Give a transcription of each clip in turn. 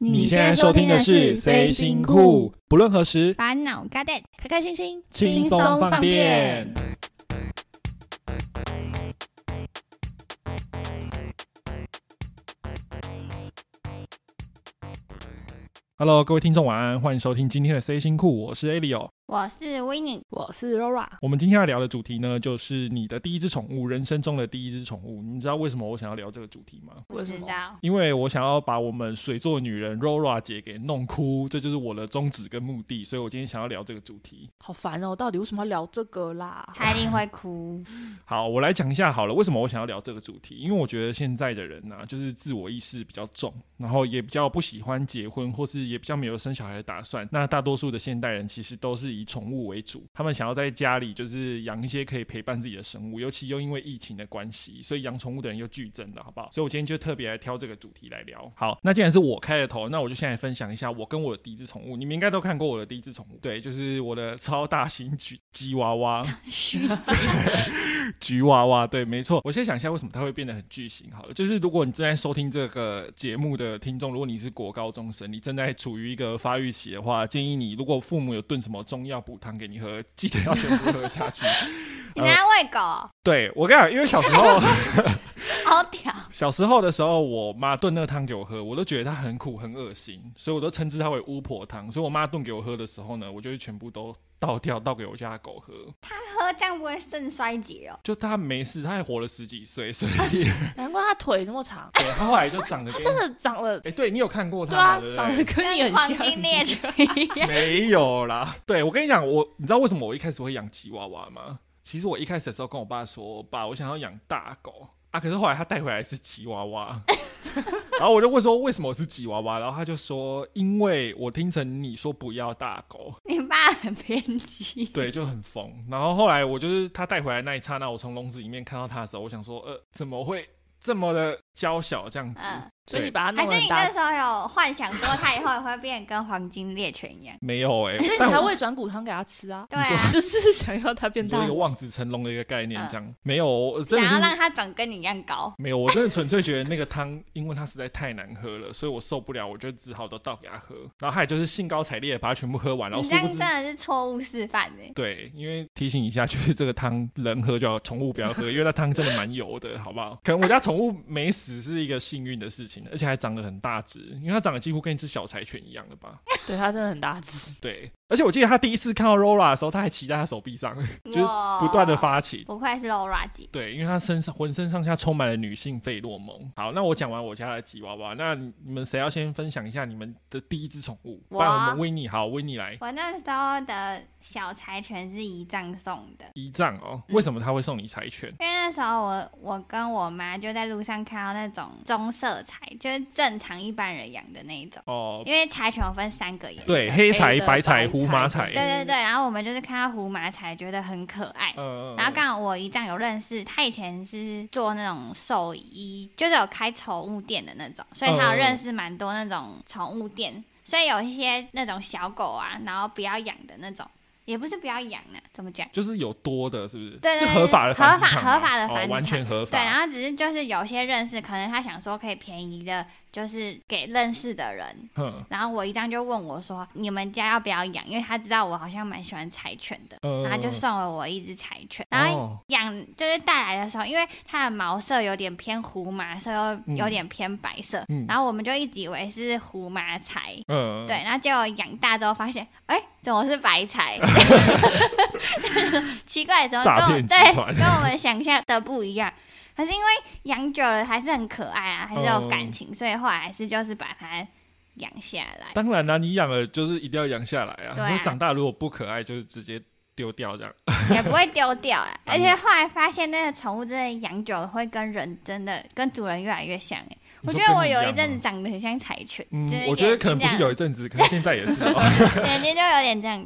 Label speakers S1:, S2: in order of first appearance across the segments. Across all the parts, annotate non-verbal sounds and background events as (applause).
S1: 你现在收听的是《C 星酷》，不论何时，
S2: 烦恼 g a d
S3: 开开心心，
S1: 轻松放电。Hello，各位听众，晚安，欢迎收听今天的《C 星酷》，我是 Alio。
S2: 我是 w i n n i e
S3: 我是 Rora。
S1: 我们今天要聊的主题呢，就是你的第一只宠物，人生中的第一只宠物。你们知道为什么我想要聊这个主题吗？
S2: 不知道，
S1: 因为我想要把我们水做女人 Rora 姐给弄哭，这就是我的宗旨跟目的，所以我今天想要聊这个主题。
S3: 好烦哦！到底为什么要聊这个啦？
S1: (laughs)
S2: 他一定会哭。
S3: (laughs)
S1: 好，我来讲一下好了，为什么我想要聊这个主题？因为我觉得现在的人呐、啊就是自我意识比较重，然后也比较不喜欢结婚，或是也比较没有生小孩的打算。那大多数的现代人其实都是以宠物为主，他们想要在家里就是养一些可以陪伴自己的生物，尤其又因为疫情的关系，所以养宠物的人又剧增了，好不好？所以我今天就特别来挑这个主题来聊。好，那既然是我开的头，那我就先来分享一下我跟我的第一只宠物。你们应该都看过我的第一只宠物，对，就是我的超大型 (laughs) 吉吉娃娃。
S2: 虚假
S1: 橘娃娃，对，没错。我先想一下为什么它会变得很巨型。好了，就是如果你正在收听这个节目的听众，如果你是国高中生，你正在处于一个发育期的话，建议你如果父母有炖什么中药补汤给你喝，记得要全部喝下去。
S2: (laughs) 你拿来喂狗，
S1: 对我跟你讲，因为小时候
S2: 好屌！
S1: 小时候的时候，我妈炖那个汤给我喝，我都觉得它很苦很恶心，所以我都称之它为巫婆汤。所以我妈炖给我喝的时候呢，我就会全部都倒掉，倒给我家的狗喝。
S2: 喝这样不会肾衰竭哦？
S1: 就它没事，它还活了十几岁，所以 (laughs)
S3: 难怪他腿那么长，
S1: 对它后来就长得跟
S3: 真的长了，
S1: 哎、对你有看过
S3: 对
S1: 它
S3: 啊
S1: (laughs) 吗？对，不
S3: 长
S1: 对
S3: 得跟你
S2: 跟
S3: 很
S2: 黄
S3: 像。
S2: 金猎犬一样。
S1: 没有啦。对，我跟你讲，我你知道为什么我一开始会养吉娃娃吗？其实我一开始的时候跟我爸说，爸，我想要养大狗啊，可是后来他带回来是吉娃
S3: (laughs)
S1: 娃，然后我就问说为什么是吉娃娃，然后他就说因为我听成你说不要大狗，
S2: (laughs) 你爸很偏激，
S1: 对，就很疯。然后后来我就是他带回来那一刹那，我从笼子里面看到他的时候，我想说，呃，怎么会这么的娇小这样子？
S2: 嗯
S3: 所以
S1: 对
S3: 你把它
S2: 还
S3: 弄
S2: 是你
S3: 成
S2: 那
S3: 大，
S2: 时候有幻想说他以后也会变跟黄金猎犬一样？
S1: 没有哎、
S3: 所以你
S1: 但
S3: 才
S1: 我
S3: 喂转骨汤给他吃啊， (laughs)
S2: 对啊，
S3: 就是想要它变
S1: 做
S3: 大
S1: 一个。望子成龙的一个概念，
S2: 嗯
S1: 这样、没有，我真
S2: 想
S1: 的
S2: 要
S1: 是
S2: 让他长跟你一样高。
S1: 没有，我真的纯粹觉得那个汤，因为它实在太难喝了，所以我受不了，我就只好都倒给他喝。然后他也就是兴高采烈地把它全部喝完，然
S2: 你
S1: 后
S2: 这
S1: 殊
S2: 样
S1: 不
S2: 真
S1: 知。
S2: 的是错误示范欸呢。
S1: 对，因为提醒一下，就是这个汤人喝就好，宠物不要喝，因为那汤真的蛮油的，好不好？可能我家宠物没死是一个幸运的事情，而且还长得很大只，因为它长得几乎跟一只小柴犬一样
S2: (laughs)
S1: 了吧？
S3: 对，它真的很大只。
S1: 对，而且我记得它第一次看到 Rora 的时候，它还骑在它手臂上， (laughs) 就是
S2: 哇
S1: 不断的，发情。
S2: 不愧是 Laura 姐。
S1: 对，因为他身上浑身上下充满了女性费洛蒙。好，那我讲完我家的吉娃娃，那你你们谁要先分享一下你们的第一只宠物？不
S2: 我
S1: 然
S2: 啊
S1: 我们维尼好，维尼来
S2: 我那时候的小柴犬是姨丈送的，
S1: 一丈哦。为什么他会送你柴犬？
S2: 因为那时候我我跟我妈就在路上看到那种棕色柴，就是正常一般人养的那一种。
S1: 哦，
S2: 因为柴犬有分三个颜色，
S1: 对，黑柴、
S3: 黑的
S1: 白柴、
S3: 白
S1: 胡麻
S3: 柴
S1: 柴。
S2: 对对对然后我们就是看到胡麻柴，觉得很可爱。
S1: 嗯嗯
S2: 然后刚好我姨丈有认识，他以前是做那种兽医，就是有开宠物店的那种，所以他
S1: 嗯
S2: 有认识蛮多那种宠物店。所以有一些那种小狗啊，然后不要养的那种，也不是不要养啊，怎么讲？
S1: 就是有多的，是不是？
S2: 对对
S1: 是
S2: 对
S1: 合法的
S2: 合法
S1: 繁殖场吗
S2: 合法的繁
S1: 哦，
S2: 殖
S1: 完全合
S2: 对，
S1: 法。
S2: 然后只是就是有些认识，可能他想说可以便宜的，就是给认识的人。
S1: 哼
S2: 然后我一张就问我说：“你们家要不要养？”因为他知道我好像蛮喜欢柴犬的，
S1: 嗯
S2: 然后就哎送了我一只柴犬。然后
S1: 哦
S2: 养就是带来的时候，因为它的毛色有点偏胡麻色，又
S1: 嗯
S2: 有点偏白色，
S1: 嗯
S2: 然后我们就一直以为是胡麻柴。
S1: 嗯，
S2: 对，然后结果养大之后发现，哎、怎么是白
S1: (laughs)
S2: 柴？ (laughs) 奇怪，怎么跟
S1: 诈
S2: 我
S1: 骗集团
S2: 对跟我们想象的不一样？可是因为养久了还是很可爱啊，还是有感情，所以后来还是就是把它养下
S1: (laughs)
S2: 来。
S1: 当然啦、你养了就是一定要养下来啊。
S2: 对啊
S1: 因为长大如果不可爱，就是直接丢掉这样。
S2: 也不会丢掉啦。
S1: 当
S2: 而
S1: 然
S2: 且后来发现，那个宠物真的养久了会跟人真的跟主人越来越像、欸。
S1: 你
S2: 我
S1: 说
S2: 觉得
S1: 跟
S2: 我
S1: 你
S2: 有
S1: 样
S2: 一阵
S1: 吗
S2: 子长得很像柴犬，就是
S1: 嗯，我
S2: 眼
S1: 觉得可能
S2: 睛
S1: 不是
S2: 这
S1: 有一阵子，可能现在也是
S3: (laughs)
S1: 哦。
S2: 样 (laughs) 眼睛就有点这样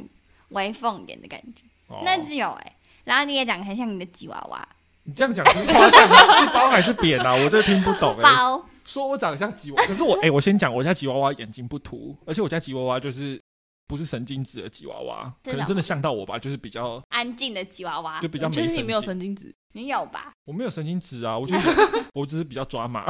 S2: 微缝一点的感觉，
S1: 哦
S2: 那只有哎、然后你也长得很像你的吉娃娃
S1: 你这样讲是夸赞吗？是包还是贬
S3: (laughs)
S1: 啊？我这听不懂哎、
S2: 包，
S1: 欸说我长得像吉娃，可是我哎、我先讲，我家吉娃娃眼睛不凸，而且我家吉娃娃就是不是神经质的吉娃娃，
S2: 是
S1: 可能
S2: 的
S1: 真的像到我吧，就是比较
S2: 安静的吉娃娃
S1: 就，比较
S3: 啊我
S1: 没
S3: 觉得
S1: 神
S3: 你
S1: 经
S3: 没有神经质，
S2: 你有吧？
S1: 我没有神经质啊，我就
S3: (laughs)
S1: 我只是比较抓马。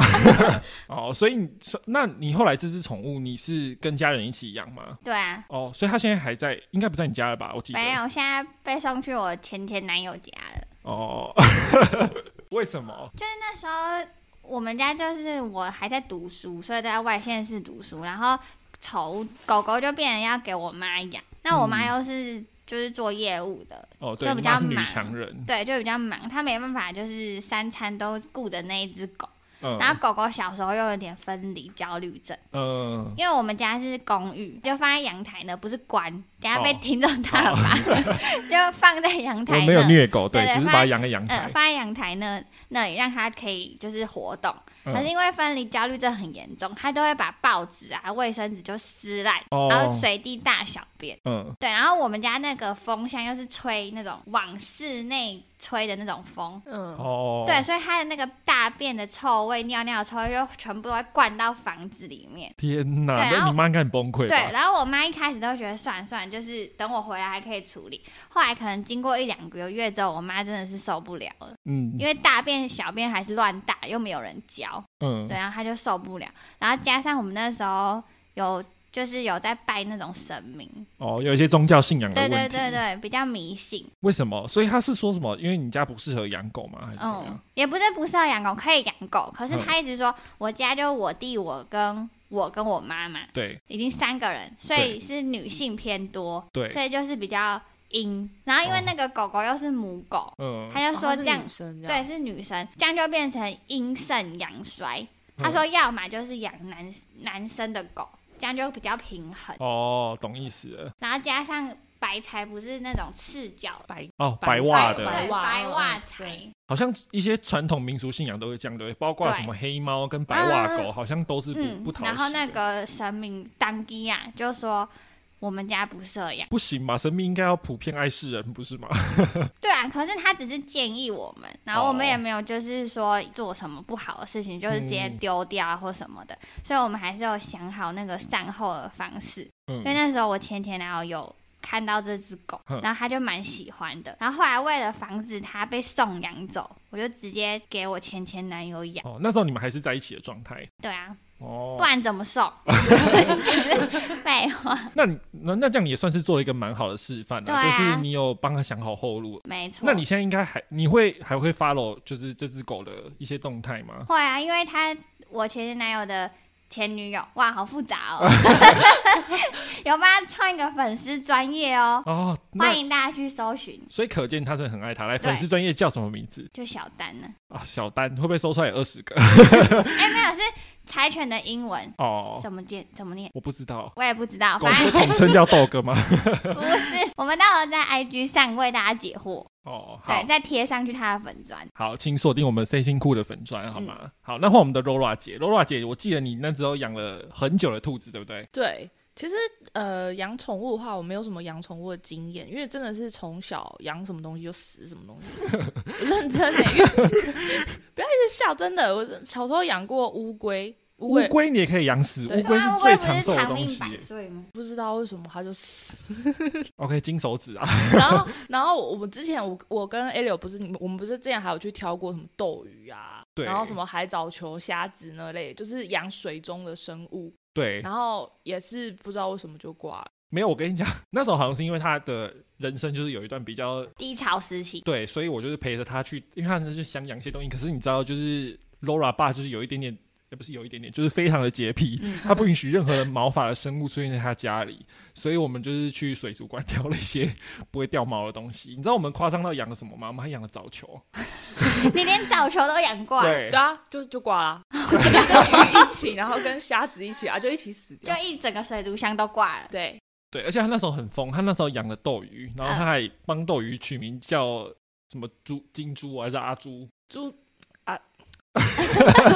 S1: 哦，所以你所那你后来这只宠物你是跟家人一起养吗？
S2: 对啊，
S1: 哦，所以它现在还在，应该不在你家了吧？我记得。
S2: 没有，现在被送去我前前男友家了。
S1: 哦， (laughs) 为什么？
S2: 就是那时候我们家就是我还在读书，所以在外县市读书，然后宠物狗狗就变成要给我妈养，那我妈又是就是做业务的，
S1: 哦，对，
S2: 就
S1: 你
S2: 比
S1: 妈
S2: 较
S1: 是女
S2: 忙
S1: 强人。
S2: 对，就比较忙，她没办法就是三餐都顾着那一只狗，
S1: 嗯
S2: 然后狗狗小时候又有点分离焦虑症。
S1: 嗯，
S2: 因为我们家是公寓，就放在阳台呢，不是关，等下被
S1: 哦
S2: 听众打吧， (laughs) 就放在阳
S1: 我
S2: 台
S1: 没有
S2: 呢。
S1: 虐狗，
S2: 对对
S1: 只是
S2: 放
S1: 把它
S2: 在
S1: 养给阳
S2: 嗯，
S1: 台。
S2: 放在阳台呢，那里让它可以就是活动。
S1: 嗯
S2: 可是因为分离焦虑症很严重，它都会把报纸啊、卫生纸就撕烂，然后
S1: 哦，
S2: 随地大小便。
S1: 嗯，
S2: 对，然后我们家那个风箱又是吹那种往室内吹的那种风，
S3: 嗯，
S1: 哦，
S2: 对，，所以它的那个大便的臭味、尿尿的臭味就全部都会灌到房子里面。
S1: 天哪，
S2: 对然
S1: 那
S2: 后
S1: 你妈应该很崩溃
S2: 对，
S1: 吧？
S2: 然后我妈一开始都觉得算了算了，就是等我回来还可以处理。后来可能经过一两个月之后，我妈真的是受不了了，
S1: 嗯
S2: 因为大便小便还是乱大，又没有人教，
S1: 嗯
S2: 对，，然后她就受不了。然后加上我们那时候有就是有在拜那种神明，
S1: 哦，有一些宗教信仰的
S2: 对
S1: 问题。
S2: 对对对，比较迷信，
S1: 为什么？所以他是说什么？因为你家不适合养狗吗？还是怎么
S2: 嗯
S1: 样？，
S2: 也不是不适合养狗，可以养狗，可是
S1: 啊嗯
S2: 她一直说、我家就我弟我跟。我跟我妈妈
S1: 对
S2: 已经三个人，所
S1: 对
S2: 以是女性偏多，
S1: 对，
S2: 所以就是比较阴。然后因为
S1: 哦
S2: 那个狗狗又是母狗，
S1: 嗯，
S2: 他就
S3: 哦
S2: 说
S3: 她是
S2: 这样，
S3: 女生这样，
S2: 对，是女生，这样就变成阴盛阳衰。他
S1: 嗯
S2: 说要么就是养男男生的狗，这样就比较平衡。
S1: 哦，懂意思了。
S2: 然后加上白柴不是那种赤脚
S3: 白
S1: 哦，白
S3: 白
S1: 袜
S3: 袜
S2: 对
S1: 的，
S3: 白袜
S2: 白袜
S3: 嗯
S2: 柴
S3: 对，
S1: 好像一些传统民俗信仰都会这样对，包括
S2: 对
S1: 什么黑猫跟白袜
S2: 嗯
S1: 狗，好像都是不
S2: 嗯
S1: 不讨。
S2: 然后
S1: 喜
S2: 那
S1: 的
S2: 个神明当地啊，就说我们家不适合养。
S1: 不行吧？神明应该要普遍爱世人，不是吗？
S2: 对啊，可是他只是建议我们，然后我们
S1: 哦
S2: 也没有就是说做什么不好的事情，就是直接丢掉啊或什么的，所以我们还是有想好那个善后的方式。因为
S1: 嗯，
S2: 那时候我前前男友有看到这只狗
S1: 哼，
S2: 然后他就蛮喜欢的，然后后来为了防止它被送养走，我就直接给我前前男友养。
S1: 哦，那时候你们还是在一起的状态。
S2: 对啊，
S1: 哦
S2: 不，然怎么
S1: (laughs)
S2: 送？废话，
S1: 那你那那这样你也算是做了一个蛮好的示范
S2: 啊对
S1: 啊，
S2: 啊
S1: 就是你有帮他想好后路。
S2: 没错。
S1: 那你现在应该还你会还会 follow 就是这只狗的一些动态吗？
S2: 会啊，因为他我前前男友的前女友，哇，好复杂
S1: (laughs)
S2: 哦，有帮他创一个粉丝专业哦，
S1: 哦，那
S2: 欢迎大家去搜寻，
S1: 所以可见他真的很爱他。来，
S2: 对
S1: 粉丝专业叫什么名字
S2: 就小丹呢，
S1: 啊？小丹会不会搜出来二十个？
S2: 哎、没有是柴犬的英文
S1: 哦，
S2: 怎么念怎么念，
S1: 我不知道，
S2: 我也不知道，
S1: 狗
S2: 反正
S1: 不是统称叫
S2: (laughs)
S1: 豆哥吗？
S2: 不是，我们到时候在 IG 上为大家解惑，
S1: 哦，好
S2: 对，再贴上去他的粉砖，
S1: 好，请锁定我们 C 星库的粉砖，好吗？
S2: 嗯
S1: 好，那换我们的 Rora 姐，Rora 姐，我记得你那时候养了很久的兔子，对不对？
S3: 对，其实呃，养宠物的话，我没有什么养宠物的经验，因为真的是从小养什么东西就死什么东西，我认真的、
S1: (laughs)
S3: 不要一直笑，真的，我是小时候养过乌龟，乌
S1: 乌
S3: 龟
S1: 龟你也可以养死，
S3: 对
S1: 乌龟
S2: 啊
S1: 是
S2: 乌龟
S1: 最
S2: 不
S1: 长
S2: 是
S1: 寿的
S2: 长
S1: 东
S2: 命
S1: 西
S2: 百
S1: 耶。
S2: 岁吗？
S3: 不知道为什么它就死。 (laughs)
S1: OK，金手指啊， (laughs)
S3: 然后，然后我们之前我我跟 A 柳不是你们，我们不是之前还有去挑过什么斗鱼啊，
S1: 对
S3: 然后什么海藻球、虾子那类，就是养水中的生物，
S1: 对，
S3: 然后也是不知道为什么就挂了。
S1: 没有，我跟你讲， (laughs) 那时候好像是因为他的人生就是有一段比较
S2: 低潮时期，
S1: 对，所以我就是陪着他去，因为他就是想养一些东西。可是你知道，就是 Laura 爸就是有一点点，也不是有一点点，就是非常的洁癖，
S3: 嗯
S1: 他不允许任何的毛发的生物出现在他家里。所以我们就是去水族馆 (laughs) 挑了一些不会掉毛的东西。你知道我们夸张到养了什么吗？我们还养了藻球，
S2: 你连早球都养过啊，
S1: 对
S3: 对，啊，就就挂 (laughs) 了，就跟鱼一起，然后跟虾子一起啊，就一起死
S2: 就
S3: 掉。
S2: 一整个水族箱都挂了，
S3: 对，
S1: 对，而且他那时候很疯，他那时候养了斗鱼，然后他还帮斗鱼取名叫什么猪金猪啊还是阿猪，
S3: 猪啊， (laughs)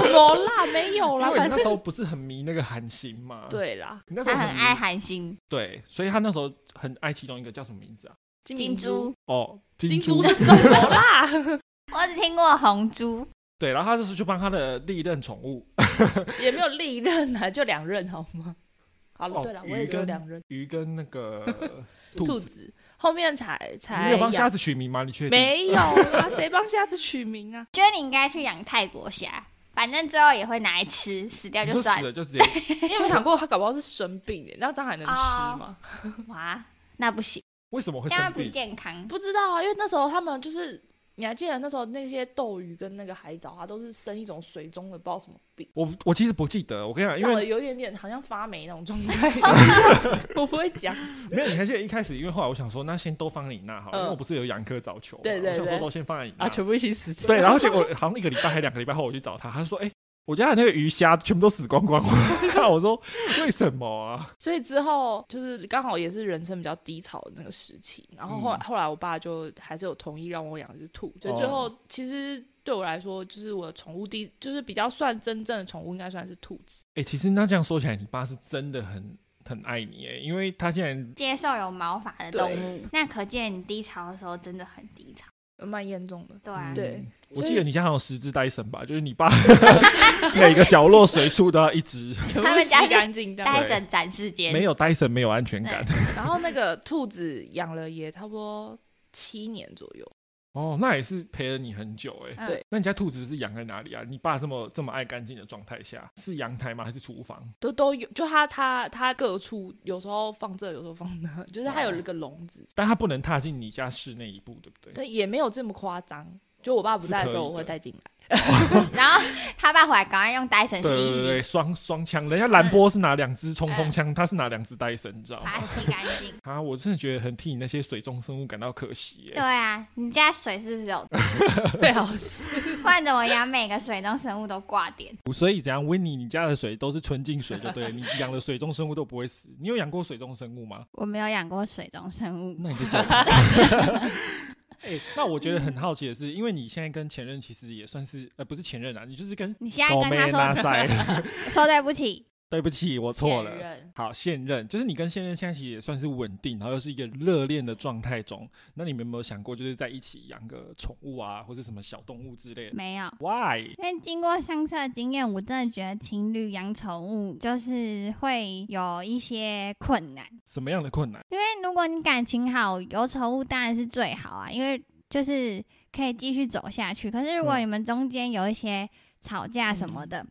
S3: 怎么啦？没有
S1: 因
S3: 啦，
S1: 为你
S3: 反
S1: 那时
S3: 正
S1: 候不是很迷那个韩星嘛，，
S3: 对啦，
S1: 你那时
S2: 他
S1: 候
S2: 很
S1: 迷
S2: 爱，韩星
S1: 对，所以他那时候很爱其中一个叫什么名字啊？
S2: 金猪，，
S1: 哦，
S3: 金
S1: 珠
S3: 猪是什么 (laughs) 啦？
S2: 我只听过红猪，
S1: (laughs) 对，然后他就是去帮他的历任宠物，
S3: 也没有历任啊，就两任好吗？好了，
S1: 哦
S3: 对了，我
S1: 鱼
S3: 也只有
S1: 跟
S3: 两人
S1: 鱼跟那个
S3: 兔
S1: 兔子，
S3: 子，后面才
S1: 你
S3: 才
S1: 有帮
S3: 养
S1: 虾子取名吗？你确定？
S3: 没有啦，谁帮虾子取名啊？
S2: 觉得你应该去养泰国虾，反正最后也会拿来吃，死掉
S1: 你
S2: 就
S1: 说
S2: 算
S1: 死。了就直接
S3: 你有没有想过他搞不好是生病的？你知道这样还能吃吗？
S2: 哇，那不行，
S1: 为什么会
S2: 这样
S1: 生
S2: 不
S1: 病？
S2: 健康。
S3: 不知道啊，因为那时候他们就是。你还记得那时候那些斗鱼跟那个海藻，啊它都是生一种水中的不知道什么病，
S1: 我我其实不记得，我跟你讲，因
S3: 长
S1: 为
S3: 得有一点点好像发霉那种状态。
S1: (laughs)
S3: 我不会讲，
S1: 没有，你还记得一开始，因为后来我想说，那先都放在你那好了，
S3: 嗯
S1: 因为我不是有养一颗藻球嘛，
S3: 对对
S1: 我想
S3: 对
S1: 说都先放在你那。
S3: 啊，全部一起死掉。
S1: 对，然后结果好像一个礼拜还两个礼拜后，我去找他，他说：“哎、我家的那个鱼虾全部都死光光了。”
S3: (laughs)
S1: 我说：“为什么啊
S3: 所以之后就是刚好也是人生比较低潮的那个时期，然后后来、
S1: 嗯哦
S3: 后来我爸就还是有同意让我养一只兔，所以最后、其实对我来说，就是我的宠物第就是比较算真正的宠物，应该算是兔子。？”
S1: 哎、其实那这样说起来，你爸是真的很很爱你哎，因为他竟然
S2: 接受有毛发的动
S3: 对
S2: 物，那可见你低潮的时候真的很低潮。
S3: 呃蛮严重的，
S2: 对啊，
S1: 嗯
S3: 对
S1: 我
S3: 所以
S1: 记得你家好像有十只戴森吧，就是你
S3: (laughs)
S1: 爸每个角落随处都要一只，
S3: 全部
S2: 他们
S3: 吸
S2: 家是
S3: 干净这样。
S2: 戴森展示间
S1: 没有戴森没有安全感。
S3: 然后那 (laughs) 个兔子养了也差不多七年左右，
S1: 哦，那也是陪了你很久哎。
S2: 嗯
S3: 对
S1: 那你家兔子是养在哪里啊？你爸这么这么爱干净的状态下，是阳台吗？还是厨房？
S3: 都都有，就它它它各处有时候放这，有时候放那，就是它有一个笼子，
S1: 但它不能踏进你家室内一步，对不对？
S3: 对，也没有这么夸张。就我爸不在的时
S1: 是
S3: 候，
S1: 可以的
S3: 我会带进来。
S2: 然后他爸回来赶快用戴森
S1: 对
S2: 洗
S1: 对
S2: 一
S1: 对
S2: 洗，
S1: 对，双双枪，
S2: 嗯
S1: 人家兰波是拿两支冲锋枪，他是拿两支戴森，你知道
S2: 把它
S1: 吗？
S2: 洗干净。
S1: 啊，我真的觉得很替你那些水中生物感到可惜耶、
S2: 对啊，你家水是不是有？
S3: 最好是
S2: 不然怎么养每个水中生物都挂点？
S1: 所以怎样，温妮，你家的水都是纯净水，就对了你养的水中生物都不会死。你有养过水中生物吗？
S2: 我没有养过水中生物，
S1: 那你就
S2: (laughs)
S1: 叫他。哎那我觉得很好奇的是，因为你现在跟前任其实也算是，呃，不是前任啊，你就是跟
S2: 你现在跟他
S1: 拉
S2: 说 (laughs)
S1: 塞，
S2: 说对不起，
S1: 对不起，我错了
S3: 骗。人
S1: 好，现任就是你跟现任现在其实也算是稳定，然后又是一个热恋的状态中。那你们有没有想过，就是在一起养个宠物啊，或者什么小动物之类的
S2: 没有。
S1: ？Why？
S2: 因为经过上次的经验，我真的觉得情侣养宠物就是会有一些困难。
S1: 什么样的困难？
S2: 因为如果你感情好，有宠物当然是最好啊，因为就是可以继续走下去。可是如果
S1: 嗯
S2: 你们中间有一些吵架什么的，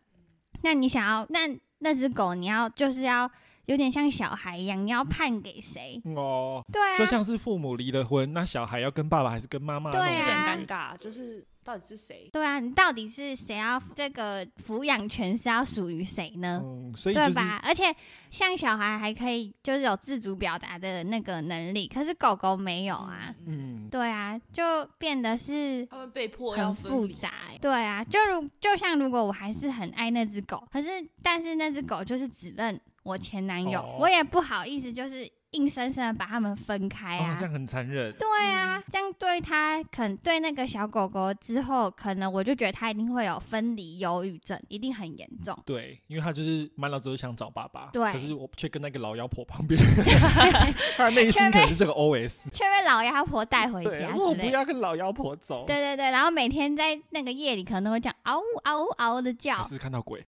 S2: 那你想要那那只狗，你要就是要有点像小孩一样，你要判给谁？
S1: 哦，
S2: 对啊，
S1: 就像是父母离了婚，那小孩要跟爸爸还是跟妈妈？
S2: 对啊
S3: 有点
S1: 那
S3: 尴
S1: 种感觉。
S3: 尬，就是到底是谁？
S2: 对啊，你到底是谁要这个抚养权是要属于谁呢？
S1: 嗯，所以就
S2: 对
S1: 是
S2: 吧？而且像小孩还可以就是有自主表达的那个能力，可是狗狗没有啊。
S3: 嗯，
S1: 嗯，
S2: 对啊，就变得是
S3: 他们被迫要
S2: 很
S3: 分
S2: 复
S3: 离。
S2: 杂欸、对啊，就如就像如果我还是很爱那只狗，可是但是那只狗就是只认我前男友，
S1: 哦
S2: 我也不好意思，就是硬生生的把他们分开
S1: 哦
S2: 啊。，
S1: 这样很残忍。
S2: 对
S3: 嗯
S2: 啊，这样对它，可能对那个小狗狗之后，可能我就觉得它一定会有分离忧郁症，一定很严重。
S1: 对，因为他就是满脑子都想找爸爸，
S2: 对
S1: 可是我却跟那个老妖婆旁边， (laughs) 他的内心可能是这个 OS，
S2: 却被老妖婆带回
S1: 对，
S2: 家
S1: 我
S2: 之
S1: 不
S2: 类的。
S1: 要跟老妖婆走，
S2: 对对对，然后每天在那个夜里可能都会讲嗷呜嗷呜嗷呜的
S1: 还
S2: 叫，
S1: 是看到鬼，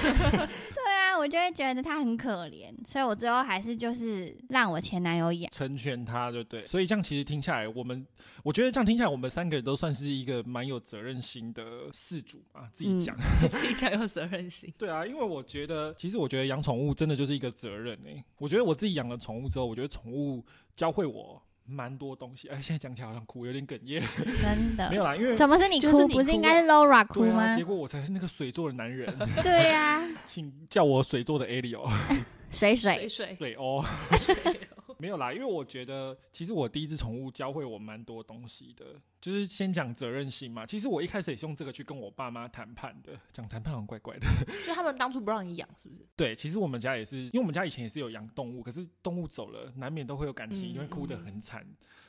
S2: 对啊，我就会觉得他很可怜，所以我最后还是就是让我前男友养。
S1: 成全他，对不对？所以这样其实听下来，我们我觉得这样听下来，我们三个人都算是一个蛮有责任心的饲主嘛，自己
S2: 嗯
S1: 讲。 (laughs)
S3: 自己讲有责任心。
S1: 对啊，因为我觉得，其实我觉得养宠物真的就是一个责任诶、我觉得我自己养了宠物之后，我觉得宠物教会我蛮多东西。哎、现在讲起来好像哭，有点哽咽。
S2: 真的
S1: 没？有啦，因为
S2: 怎么是你哭？
S3: 就是你
S2: 不是
S3: 哭
S2: 应该是 Laura 呃哭
S1: 对啊，
S2: 吗
S1: 结？果我才是那个水做的男人，
S2: 对啊，
S1: (laughs) 请叫我水做的 a l i o
S2: 水水
S3: 水水，
S1: (laughs) 对哦。没有啦，因为我觉得其实我第一只宠物教会我蛮多东西的，就是先讲责任心嘛。其实我一开始也是用这个去跟我爸妈谈判的，讲谈判好像怪怪的。
S3: (laughs)
S1: (laughs)
S3: 就他们当初不让你养，是不是？
S1: 对，其实我们家也是，因为我们家以前也是有养动物，可是动物走了，难免都会有感情，
S3: 嗯
S1: 因为哭得
S3: 嗯
S1: 很惨。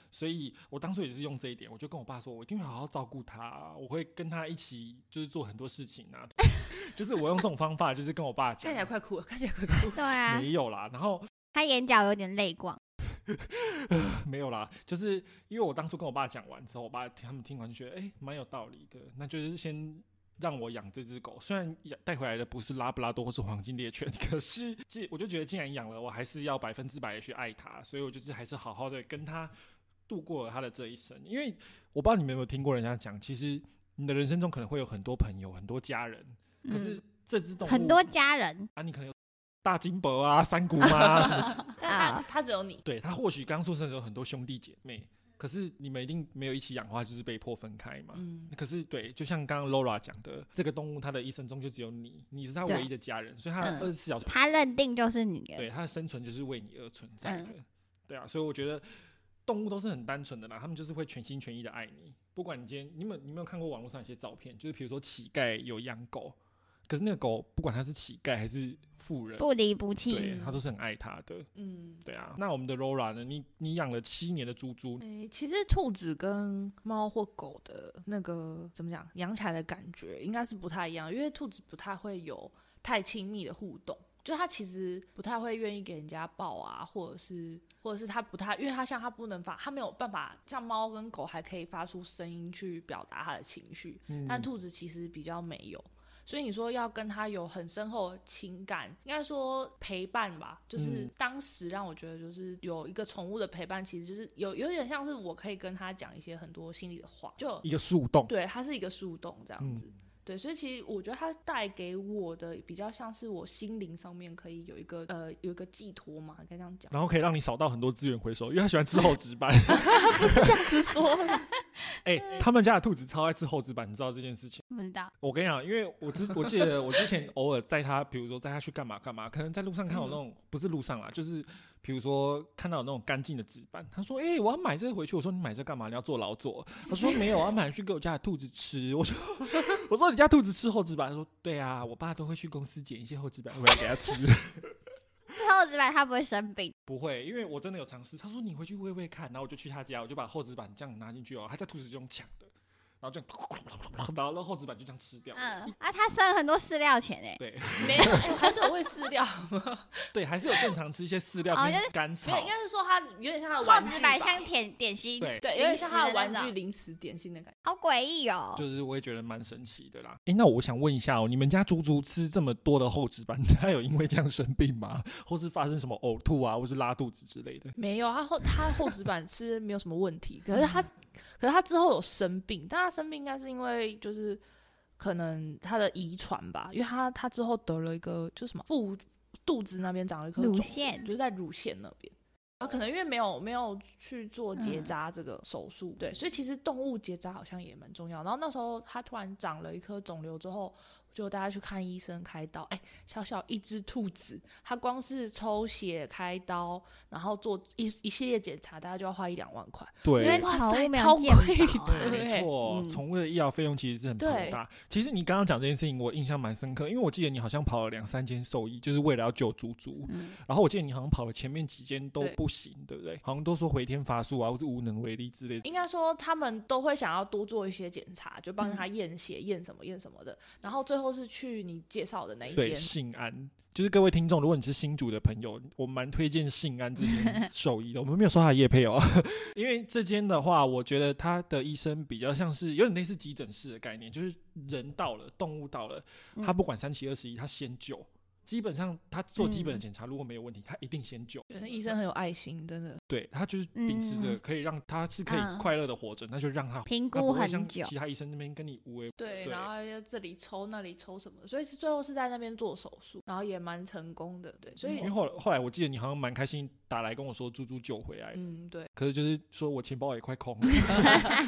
S1: 所以我当初也是用这一点，我就跟我爸说，我一定会好好照顾它，我会跟它一起就是做很多事情啊， (laughs) 就是我用这种方法，就是跟我爸讲
S3: (laughs) 看起。来快哭了，看起来快 (laughs) 哭了。
S2: 对啊，
S1: 没有啦，然后
S2: 他眼角有点泪光。
S1: (laughs) 没有啦，就是因为我当初跟我爸讲完之后，我爸他们听完就觉得，哎、蛮有道理的，那就是先让我养这只狗，虽然养带回来的不是拉布拉多或是黄金猎犬，可是既我就觉得既然养了，我还是要百分之百的去爱它，所以我就是还是好好的跟它度过了它的这一生。因为我不知道你们有没有听过人家讲，其实你的人生中可能会有很多朋友、很多家人，可是这只动物
S2: 嗯很多家人
S1: 啊，你可能有大金箔啊、三姑妈、啊、什么
S3: 但他他只有你，
S1: 对他或许刚出生的时候很多兄弟姐妹，可是你们一定没有一起养的话，就是被迫分开嘛。
S3: 嗯，
S1: 可是对，就像刚刚 Laura 讲的，这个动物它的一生中就只有你，你是它
S2: 对
S1: 唯一的家人，所以它
S2: 嗯
S1: 二十四小时，
S2: 他认定就是嗯你的，
S1: 对它的生存就是为你而存在的。对啊，所以我觉得动物都是很单纯的啦，它们就是会全心全意的爱你，不管你今天你们你有没有看过网络上一些照片，就是比如说乞丐有养狗，可是那个狗不管它是乞丐还是富人，
S2: 不离不
S1: 对
S2: 弃。
S1: 它都是很爱它的。
S3: 嗯，
S1: 对啊，那我们的 Rora 呢？你你养了七年的猪猪，
S3: 诶、其实兔子跟猫或狗的那个怎么讲，养起来的感觉应该是不太一样，因为兔子不太会有太亲密的互动，就它其实不太会愿意给人家抱啊，或者是或者是它不太，因为它像它不能发，它没有办法像猫跟狗还可以发出声音去表达它的情绪，
S1: 嗯
S3: 但兔子其实比较没有。所以你说要跟它有很深厚的情感，应该说陪伴吧，就是
S1: 嗯
S3: 当时让我觉得就是有一个宠物的陪伴，其实就是有有点像是我可以跟它讲一些很多心里的话，就
S1: 一个树洞，
S3: 对，它是一个树洞这样子。对，所以其实我觉得它带给我的比较像是我心灵上面可以有一个呃有一个寄托嘛，应该这样
S1: (laughs)
S3: 讲。
S1: 然后可以让你少到很多资源回收，因为他喜欢吃厚纸板。
S3: 这样子说，
S1: 哎、他们家的兔子超爱吃厚纸板，你知道这件事情？
S2: 不知道，
S1: 我跟你讲，因为我之我记得我之前偶尔载它，比如说载它去干嘛干嘛，可能在路上看到那种、不是路上啦，就是比如说看到有那种干净的纸板，他说：“哎、我要买这个回去。”我说：“你买这干嘛？你要做劳作？”他说：“没有，我要买去给我家的兔子吃。”我说：“ (laughs) 我说你家兔子吃厚纸板？”他说：“对啊，我爸都会去公司捡一些厚纸板回来给它吃。”
S2: 后之外他不会生病，
S1: 不会，因为我真的有尝试。他说你回去喂喂看，然后我就去他家，我就把厚纸板这样拿进去哦，他家兔子就用抢的，然后这样，然后那厚纸板就这样吃掉。
S2: 嗯啊，他生很多饲料钱哎，
S1: 对
S3: 没有，哎还是我会撕掉。
S1: 对，还是有正常吃一些饲料
S2: 哦
S1: 跟
S2: 就是
S1: 干草
S3: (laughs) 没有，。应该是说它有点像它的玩
S2: 厚
S3: 具
S2: 纸
S3: 吧
S2: 板，像点点心，
S1: 对，
S3: 对，有点像它
S2: 零食
S3: 的
S2: 的
S3: 玩
S2: 那
S3: 具
S2: 种
S3: 零食点心的感觉。
S2: 好诡异哦。
S1: 就是我也觉得蛮神奇的啦。诶，那我想问一下哦，你们家猪猪吃这么多的厚纸板， (laughs) 它有因为这样生病吗？或是发生什么呕吐啊，或是拉肚子之类的？
S3: 没有，它后它厚纸板吃没有什么问题， (laughs) 可是它，可是它之后有生病，但它生病应该是因为就是可能它的遗传吧，因为它它之后得了一个就是什么腹肚子那边长了一颗
S2: 乳
S3: 肿
S2: 腺
S3: 就是在乳腺那边。啊，可能因为没有没有去做
S2: 嗯
S3: 结扎这个手术，对，所以其实动物结扎好像也蛮重要。然后那时候它突然长了一颗肿瘤之后，就带它去看医生开刀。哎，小小一只兔子，它光是抽血开刀，然后做一一系列检查，大概就要花一两万块。
S1: 对，
S2: 因为
S3: 哇
S2: 宠
S3: 塞
S2: 物没
S3: 超
S2: 有健
S3: 贵
S2: 保啊
S1: 对，
S3: 对
S1: 没错，
S2: 嗯
S1: 宠物的医疗费用其实是很庞大。其实你刚刚讲这件事情，我印象蛮深刻，因为我记得你好像跑了两三间兽医，就是为了要救猪猪。
S2: 嗯
S1: 然后我记得你好像跑了前面几间都
S3: 对
S1: 不行，对不对？好像都说回天乏术啊，或是无能为力之类的。
S3: 应该说他们都会想要多做一些检查，就
S2: 嗯
S3: 帮他验血、验什么、验什么的。然后最后是去你介绍的那一
S1: 对，
S3: 间，
S1: 信安就是各位听众，如果你是新主的朋友，我蛮推荐信安这
S2: (laughs)
S1: 间兽医的。我们没有说他的业配哦， (laughs) 因为这间的话，我觉得他的医生比较像是有点类似急诊室的概念，就是人到了，动物到了，
S2: 嗯
S1: 他不管三七二十一，他先救。基本上他做基
S2: 嗯
S1: 本的检查，如果没有问题，他一定先救。
S3: 觉得医生很有爱心，真的。
S1: 对他就是秉持着
S2: 嗯
S1: 可以让他是可以
S2: 嗯
S1: 快乐的活着，那就让他
S2: 评
S1: 啊他不
S2: 估
S1: 会像
S2: 很久
S1: 其，他医生那边跟你无为
S3: 对，
S1: 对
S3: 然后要这里抽那里抽什么的，所以是最后是在那边做手术，然后也蛮成功的。对，所
S1: 嗯因
S3: 以
S1: 为后来后来我记得你好像蛮开心打来跟我说猪猪救回来，
S3: 嗯，对，
S1: 可是就是说我钱包也快空了。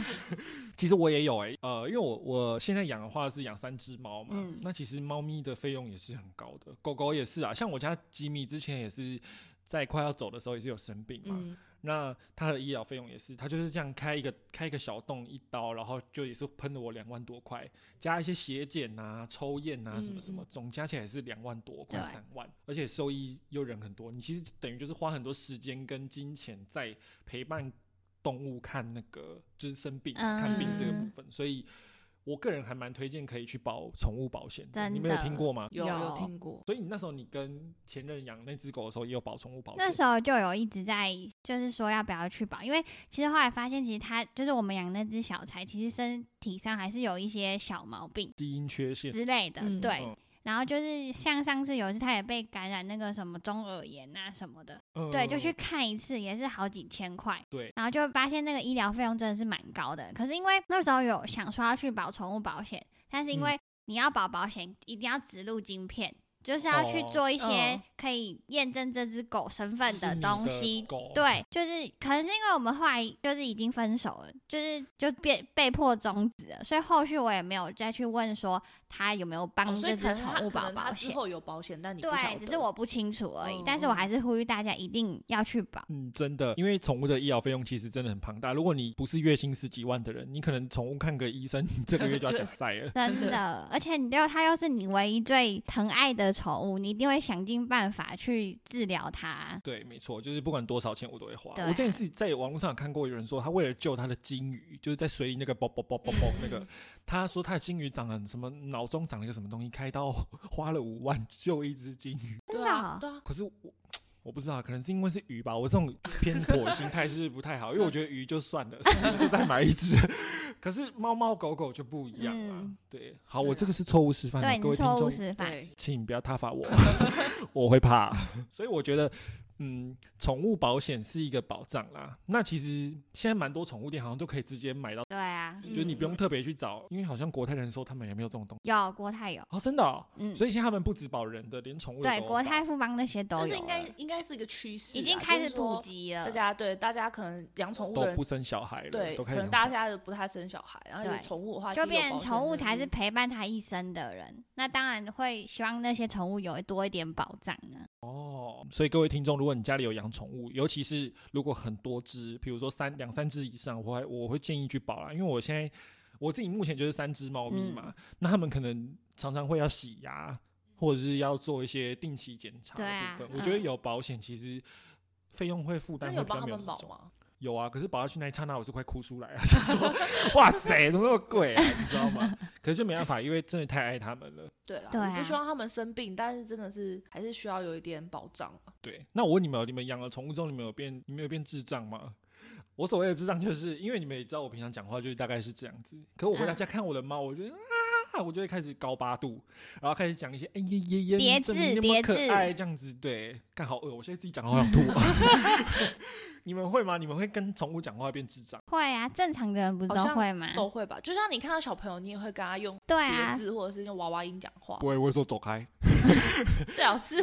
S1: 其实我也有哎、呃，因为我我现在养的话是养三只猫嘛，
S2: 嗯
S1: 那其实猫咪的费用也是很高的，狗狗也是啊，像我家吉米之前也是在快要走的时候也是有生病嘛，
S3: 嗯，
S1: 那他的医疗费用也是，他就是这样开一个开一个小洞一刀，然后就也是喷了我两万多块，加一些血检啊、抽验啊
S3: 嗯
S1: 什么什么，
S3: 嗯
S1: 总加起来也是两万多，快
S2: 对
S1: 三万。而且兽医又人很多，你其实等于就是花很多时间跟金钱在陪伴动物看那个就是生病、
S2: 嗯
S1: 看病这个部分，所以。我个人还蛮推荐可以去保宠物保险的。
S2: 真
S1: 你们有
S2: 的
S1: 听过吗？
S3: 有
S2: 有
S3: 有听过，
S1: 所以你那时候你跟前任养那只狗的时候，也有保宠物保险。
S2: 那时候就有一直在，就是说要不要去保，因为其实后来发现，其实它就是我们养那只小柴，其实身体上还是有一些小毛病
S1: 基因缺陷，
S2: 之类的，
S3: 嗯
S2: 对。
S1: 嗯
S2: 然后就是像上次有一次，它也被感染那个什么中耳炎啊什么的，
S1: 嗯
S2: 对，就去看一次也是好几千块，
S1: 对，
S2: 然后就发现那个医疗费用真的是蛮高的。可是因为那时候有想说要去保宠物保险，但
S1: 嗯
S2: 是因为你要保保险，一定要植入晶片，就是要去
S1: 哦
S2: 做一些
S3: 嗯
S2: 可以验证这只狗身份
S1: 是
S2: 的
S1: 你
S2: 东西。
S1: 狗，
S2: 对，就是可能是因为我们后来就是已经分手了，就是就被被迫终止了，所以后续我也没有再去问说他有没有帮
S3: 哦所以
S2: 这
S3: 可
S2: 只
S3: 能他
S2: 宠物
S3: 可
S2: 保
S3: 能他
S2: 保
S3: 之
S2: 险。
S3: 后有保险，但你不晓
S2: 对，
S3: 得
S2: 只是我不清楚而已，
S3: 嗯
S2: 但是我
S3: 嗯
S2: 还是呼吁大家一定要去保。
S1: 嗯，真的，因为宠物的医疗费用其实真的很庞大。如果你不是月薪十几万的人，你可能宠物看个医生，你这个月
S2: (laughs)
S1: 就要去塞了。
S3: (laughs)
S2: 真的，而且你又它又是你唯一最疼爱的宠物，你一定会想尽办法去治疗它。
S1: 对，没错，就是不管多少钱我都会花。
S2: 对啊
S1: 我之前是在网络上有看过有人说，他为了救他的金鱼，就是在水里那个啵啵啵啵啵那
S2: (laughs)
S1: 个，他说他的金鱼长了什么脑中长了一个什么东西，开刀花了五万救一只金鱼。
S3: 对
S2: 真的哦
S3: 啊对啊，
S1: 可是我我不知道，可能是因为是鱼吧，我这种偏颇的心态是不太
S2: 嗯
S1: 好，因为我觉得鱼就算了， (laughs) 算了就再买一只。可是猫猫狗狗就不一样了。
S2: 嗯
S1: 对，好，
S3: 对啊
S1: 我这个是错误示范啊，
S2: 对
S1: 各
S2: 你
S1: 位听
S2: 错误
S1: 众，
S2: 示范，
S3: 对，
S1: 请不要
S2: (laughs)
S1: 挞伐我，我会怕。所以我觉得，嗯，宠物保险是一个保障啦。那其实现在蛮多宠物店好像都可以直接买到，
S2: 对啊，
S1: 就是你不用特别去找，因为好像国泰人寿他们也没有这种东西。
S2: 有国泰有，
S1: 哦，真的、哦，
S2: 嗯，
S1: 所以现在他们不止保人的，连宠物的
S2: 对
S1: 都有
S2: 国
S1: 保
S2: 泰富邦那些都有
S3: 但
S2: 了，
S3: 是应该应该是一个趋势啊，
S2: 已经开
S3: 就
S2: 始
S3: 是说
S2: 普及了
S3: 大。家对大家可能养宠物的
S1: 都
S3: 人
S1: 不生小孩了，
S3: 对，
S1: 都
S3: 可
S1: 开始
S3: 能大家都不太生小孩，然后有
S2: 对
S3: 宠物的话，
S2: 就
S3: 其实有
S2: 变成
S3: 保险
S2: 宠物
S3: 的
S2: 才是陪伴它一生的人，那当然会希望那些宠物有多一点保障啊呢。
S1: 哦。所以各位听众，如果你家里有养宠物，尤其是如果很多只，比如说三两三只以上，我还我会建议去保啦，因为我现在我自己目前就是三只猫咪
S3: 嗯
S1: 嘛，那它们可能常常会要洗牙，或者是要做一些定期检查
S2: 对啊
S1: 的部分。
S2: 嗯
S1: 我觉得有保险其实。费用会负担会
S3: 真有
S1: 比较
S3: 帮他
S1: 没有
S3: 们
S1: 那
S3: 保
S1: 么重
S3: 吗？
S1: 有啊，可是保下去那一刹那，我是快哭出来啊！想说， (laughs) 哇塞，怎么那么贵啊？你知道吗？可是就没办法，因为真的太爱它们了。
S3: 对了，
S2: 对
S3: 我
S2: 啊
S3: 不希望他们生病，但是真的是还是需要有一点保障啊。
S1: 对，那我问你们哦，你们养了宠物之后，你们有变，你们有变智障吗？我所谓的智障，就是因为你们也知道，我平常讲话就是大概是这样子。可我回
S2: 嗯
S1: 到家看我的猫，我觉得啊，我就会开始高八度，然后开始讲一些哎耶耶耶，
S2: 叠
S1: 你怎么
S2: 字
S1: 那么
S2: 叠
S1: 可
S2: 字
S1: 爱这样子。对，干好饿，我现在自己讲好想吐
S2: (laughs)
S1: 啊。 (laughs) 你们会吗？你们会跟宠物讲话变智障？
S2: 会啊，正常的人不是
S3: 好
S2: 都
S3: 像
S2: 会吗？
S3: 都会吧，就像你看到小朋友，你也会跟他用
S2: 对
S3: 叠
S2: 啊，
S3: 字或者是用娃娃音讲话，
S1: 会，我会说走开。
S3: 最好是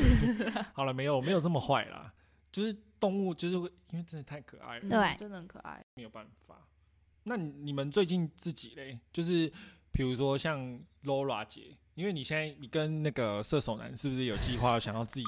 S1: 好了，没有没有这么坏啦，就是动物，就是会因为真的太可爱了。
S2: 对
S3: 嗯真的很可爱。
S1: 没有办法。那你你们最近自己嘞，就是比如说像 Laura 姐，因为你现在你跟那个射手男是不是有计划想要自己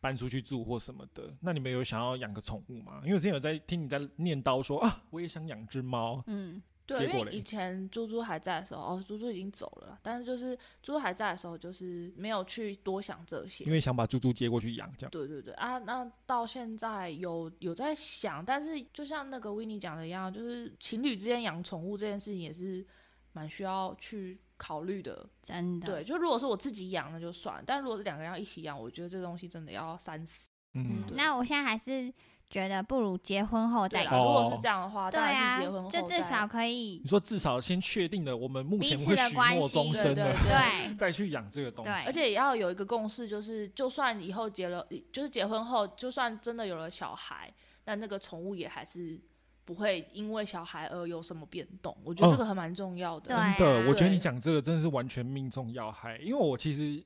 S1: 搬出去住或什么的？那你们有想要养个宠物吗？因为我之前有在听你在念叨说啊，我也想养只猫。
S2: 嗯，
S3: 对，
S1: 结
S3: 因
S1: 果
S3: 为
S1: 嘞
S3: 以前猪猪还在的时候，哦，猪猪已经走了啦，但是就是猪猪还在的时候，就是没有去多想这些
S1: 因。为想把猪猪接过去养，这样
S3: 对对对啊，那到现在有有在想，但是就像那个维尼讲的一样，就是情侣之间养宠物这件事情也是蛮需要去考虑的。
S2: 真的，
S3: 对，就如果是我自己养那就算，但如果是两个人要一起养，我觉得这东西真的要三思。
S1: 嗯
S2: 嗯，
S3: 对，
S2: 那我现在还是觉得不如结婚后再
S3: 对
S2: 养
S3: 啦，
S1: 哦
S3: 如果是这样的话，
S2: 对
S3: 当然
S2: 啊
S3: 是结婚后，
S2: 就至
S3: 再
S2: 少可以
S1: 你说至少先确定了，我们目前
S2: 彼此
S1: 会
S2: 的
S1: 许
S2: 关
S1: 诺
S2: 系
S1: 终
S3: 对
S1: 身
S3: 对
S1: 的，
S2: 对
S1: (laughs) 再去养这个东西。
S2: 对
S3: 而且也要有一个共识，就是就算以后结了，就是结婚后，就算真的有了小孩，那那个宠物也还是不会因为小孩而有什么变动。我觉
S1: 嗯
S3: 得这个还蛮重要的。
S2: 对啊
S1: 真的，我觉得
S3: 对
S1: 你讲这个真的是完全命中要害，因为我其实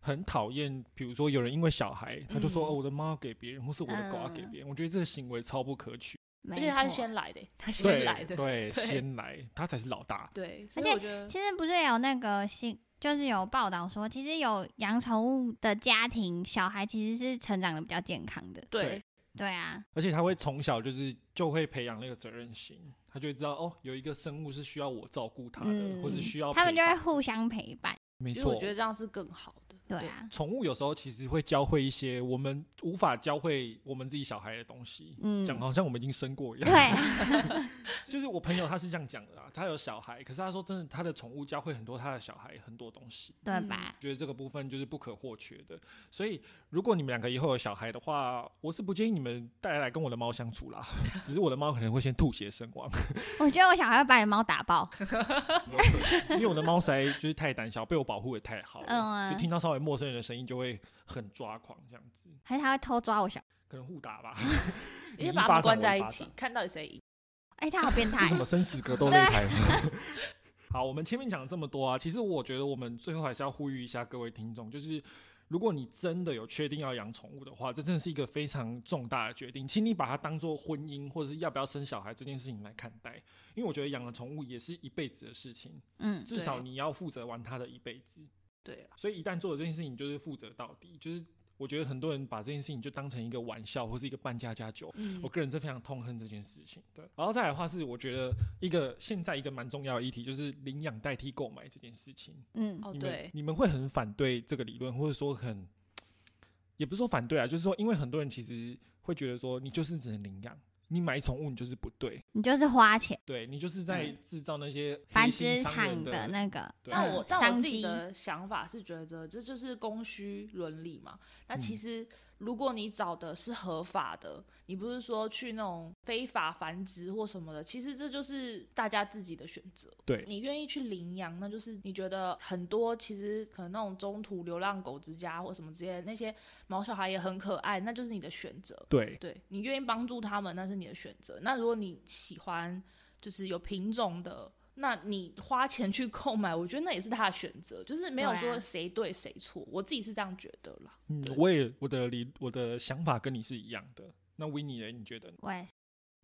S1: 很讨厌，比如说有人因为小孩，他就说、
S3: 嗯
S1: 哦、我的猫要给别人，或是我的狗要给
S2: 嗯
S1: 别人，我觉得这个行为超不可取。
S2: 没
S3: 而且他是
S2: 错
S3: 先来的，
S1: 对
S3: 他先来的，
S1: 对，
S3: (laughs) 对
S1: 先来，他才是老大。
S3: 对，所
S2: 而
S3: 以
S2: 且
S3: 我觉得
S2: 其实不是也有那个新，就是有报道说，其实有养宠物的家庭，小孩其实是成长的比较健康的。
S1: 对
S3: 对
S2: 对啊，
S1: 而且他会从小就是就会培养那个责任心，他就会知道哦，有一个生物是需要我照顾它的，
S2: 嗯
S1: 或是需要
S2: 他们就
S1: 陪
S2: 会
S1: 伴
S2: 互相陪伴。
S1: 没
S3: 因为
S1: 错
S3: 我觉，得这样是更好的。
S2: 对啊，
S1: 宠物有时候其实会教会一些我们无法教会我们自己小孩的东西，
S2: 嗯，
S1: 讲、好像我们已经生过一样。
S2: 对，啊
S3: (laughs)
S1: 就是我朋友他是这样讲的啊，他有小孩，可是他说真的，他的宠物教会很多他的小孩很多东西，
S2: 对
S3: 嗯
S2: 吧？
S1: 觉得这个部分就是不可或缺的。所以如果你们两个以后有小孩的话，我是不建议你们带来跟我的猫
S2: (laughs)
S1: 相处啦，只是我的猫可能会先吐血身亡， (laughs)
S2: 我觉得我小孩会把你猫打爆， (laughs)
S1: 因为我的猫实在就是太胆小，被我保护的太好了，
S2: 嗯啊
S1: 就听到稍微陌生人的声音就会很抓狂这样子，
S2: 还是他会偷抓我小孩？
S1: 可能互打吧。
S3: 你就
S1: 你
S3: 把
S1: 一
S3: 他
S1: 巴掌
S3: 们关
S1: 我
S3: 在
S1: 一
S3: 一
S1: 巴
S3: 起
S1: 掌，
S3: 看到底谁赢。
S2: 哎、他好变态
S1: 是什，么生死格斗擂台 (laughs) 吗？好，我们前面讲了这么多啊，其实我觉得我们最后还是要呼吁一下各位听众，就是如果你真的有确定要养宠物的话，这真的是一个非常重大的决定，请你把它当做婚姻或者是要不要生小孩这件事情来看待，因为我觉得养了宠物也是一辈子的事情，
S2: 嗯，
S1: 至少
S3: 对
S1: 你要负责完它的一辈子。
S3: 对啊了，
S1: 所以一旦做了这件事情，你就是负责到底。就是我觉得很多人把这件事情就当成一个玩笑或是一个半价加酒，
S3: 嗯
S1: 我，个人是非常痛恨这件事情的。然后再来的话是，我觉得一个现在一个蛮重要的议题就是领养代替购买这件事情。
S2: 嗯，
S3: 哦
S1: 你们
S3: 对，
S1: 你们会很反对这个理论，或者说很，也不是说反对啊，就是说因为很多人其实会觉得说你就是只能领养，你买宠物你就是不对，
S2: 你就是花钱
S1: 对你就是在制造那些
S2: 嗯繁
S1: 黑心
S2: 殖
S1: 商
S2: 场
S1: 人
S2: 的
S1: 的。
S2: 那个，
S1: 对
S3: 但
S2: 嗯
S3: 我但我
S2: 商
S3: 自己
S2: 机
S3: 的想法是觉得这就是供需伦理嘛。那
S1: 嗯
S3: 其实如果你找的是合法的，你不是说去那种非法繁殖或什么的，其实这就是大家自己的选择。
S1: 对
S3: 你愿意去领养，那就是你觉得很多其实可能那种中途流浪狗之家或什么之类的那些毛小孩也很可爱，那就是你的选择。
S1: 对，
S3: 对你愿意帮助他们，那是你的选择。那如果你喜欢就是有品种的，那你花钱去购买，我觉得那也是他的选择，就是没有
S2: 对啊
S3: 说谁对谁错。我自己是这样觉得啦。
S1: 嗯
S3: 对，
S1: 我也我的理我的想法跟你是一样的。那维尼呢？你觉得呢
S2: 我也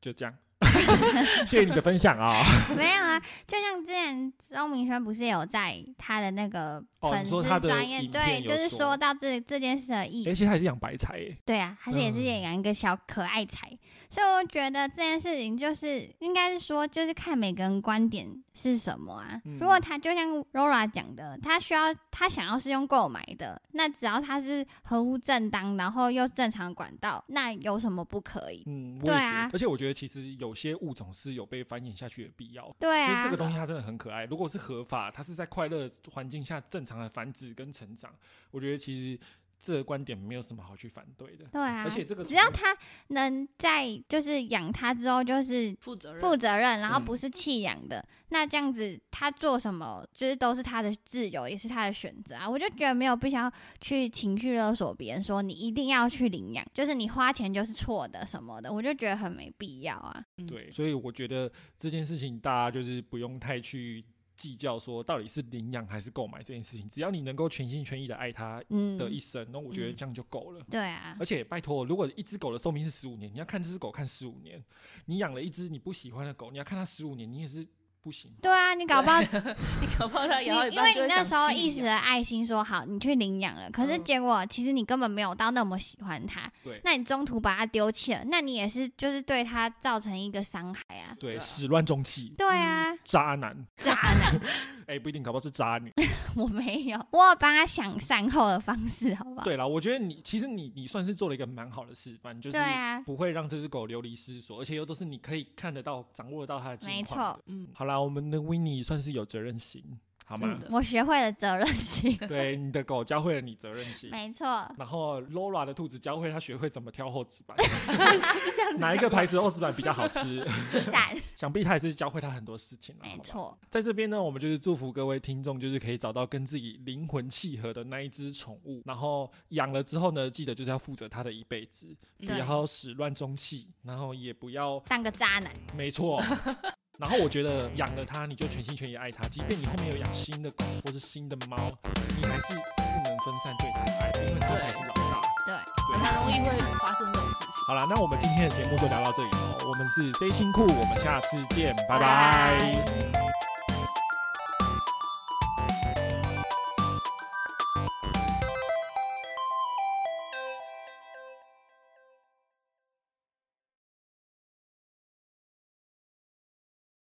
S1: 就这样？ (laughs) 谢谢你的分
S2: (laughs)
S1: 享啊！
S2: 没有啊，就像之前周明轩不是有在他的那个
S1: 哦
S2: 粉
S1: 你说
S2: 丝
S1: 他的
S2: 专业，
S1: 影
S2: 对，
S1: 片有
S2: 就是
S1: 说
S2: 说到这这件事的意义
S1: 而且他也是养白菜耶，
S2: 对啊，他是也是
S1: 嗯
S2: 养一个小可爱才，所以我觉得这件事情就是应该是说，就是看每个人观点是什么啊。
S1: 嗯
S2: 如果他就像 Rora 讲的，他需要他想要是用购买的，那只要他是合乎正当，然后又是正常管道，那有什么不可以？
S1: 嗯，我也
S2: 对
S1: 觉得，
S2: 啊
S1: 而且我觉得其实有些物种是有被繁衍下去的必要。
S2: 对
S1: 就是
S2: 啊，
S1: 这个东西它真的很可爱，如果是合法，它是在快乐环境下正常的繁殖跟成长，我觉得其实这个观点没有什么好去反对的。
S2: 对啊，
S1: 而且这个
S2: 只要他能在就是养它之后，就是
S3: 负责任，
S2: 负责任，然后
S1: 嗯
S2: 不是弃养的，那这样子他做什么，就是都是他的自由，也是他的选择啊。我就觉得没有必要去情绪勒索别人，说你一定要去领养，就是你花钱就是错的什么的，我就觉得很没必要啊。
S3: 嗯
S1: 对，所以我觉得这件事情大家就是不用太去计较说到底是领养还是购买这件事情，只要你能够全心全意的哎爱它
S2: 嗯，
S1: 的一生，那我觉得
S3: 嗯
S1: 这样就够了。
S2: 对啊，
S1: 而且拜托，如果一只狗的寿命是十五年，你要看这只狗看十五年，你养了一只你不喜欢的狗，你要看它十五年，你也是不行。
S2: 对啊，你搞不
S1: (laughs)
S2: 好
S3: 你搞不好他
S2: 你
S1: 啊
S3: 也
S2: 因
S3: 要
S2: 为你那时候一时的爱心说好，你去领养了，可是
S1: 嗯
S2: 结果其实你根本没有到那么喜欢它，
S1: 对
S2: 那你中途把它丢弃了，那你也是就是对它造成一个伤害啊。
S1: 对，
S3: 对啊
S1: 始乱终弃，
S2: 对啊，
S1: 渣男，
S2: 渣男，
S1: 哎、不一定，搞不好是渣女。
S2: (laughs) 我没有，我有帮他想善后的方式，好不好？
S1: 对啦，我觉得你其实你你算是做了一个蛮好的示范，就是
S2: 对啊，
S1: 不会让这只狗流离失所，而且又都是你可以看得到、掌握得到它的
S2: 没
S1: 情况的。
S3: 嗯，
S1: 好啦，我们的 Winnie 算是有责任心，好吗
S3: 真？的
S2: 我学会了责任心， (laughs)
S1: 对，你的狗教会了你责任心。
S2: 没
S1: (laughs)
S2: 错，
S1: 然后 Laura 的兔子教会它学会怎么挑厚纸板，
S3: (laughs) 是这样子
S1: 哪一
S3: 讲
S1: 个牌子的厚纸板比较好吃。
S2: 赞，
S1: 想必他也是教会他很多事情了。
S2: 没
S1: 好吧，
S2: 错，
S1: 在这边呢，我们就是祝福各位听众，就是可以找到跟自己灵魂契合的那一只宠物，然后养了之后呢，记得就是要负责它的一辈子，
S3: 嗯
S1: 不要始乱终弃，然后也不要，
S2: 当个渣男，
S1: 没
S3: (laughs)
S1: 错。然后我觉得养了它，你就全心全意爱它，即便你后面有养新的狗或是新的猫，你还是不能分散对它的爱，因为它才是老大。
S2: 对，
S1: 对。
S3: 蛮容易会发生这种事情。
S1: 好了，那我们哦今天的节目就聊到这里喽。我们是 C 辛苦，我们下次见，
S2: 拜
S1: 拜拜
S2: 拜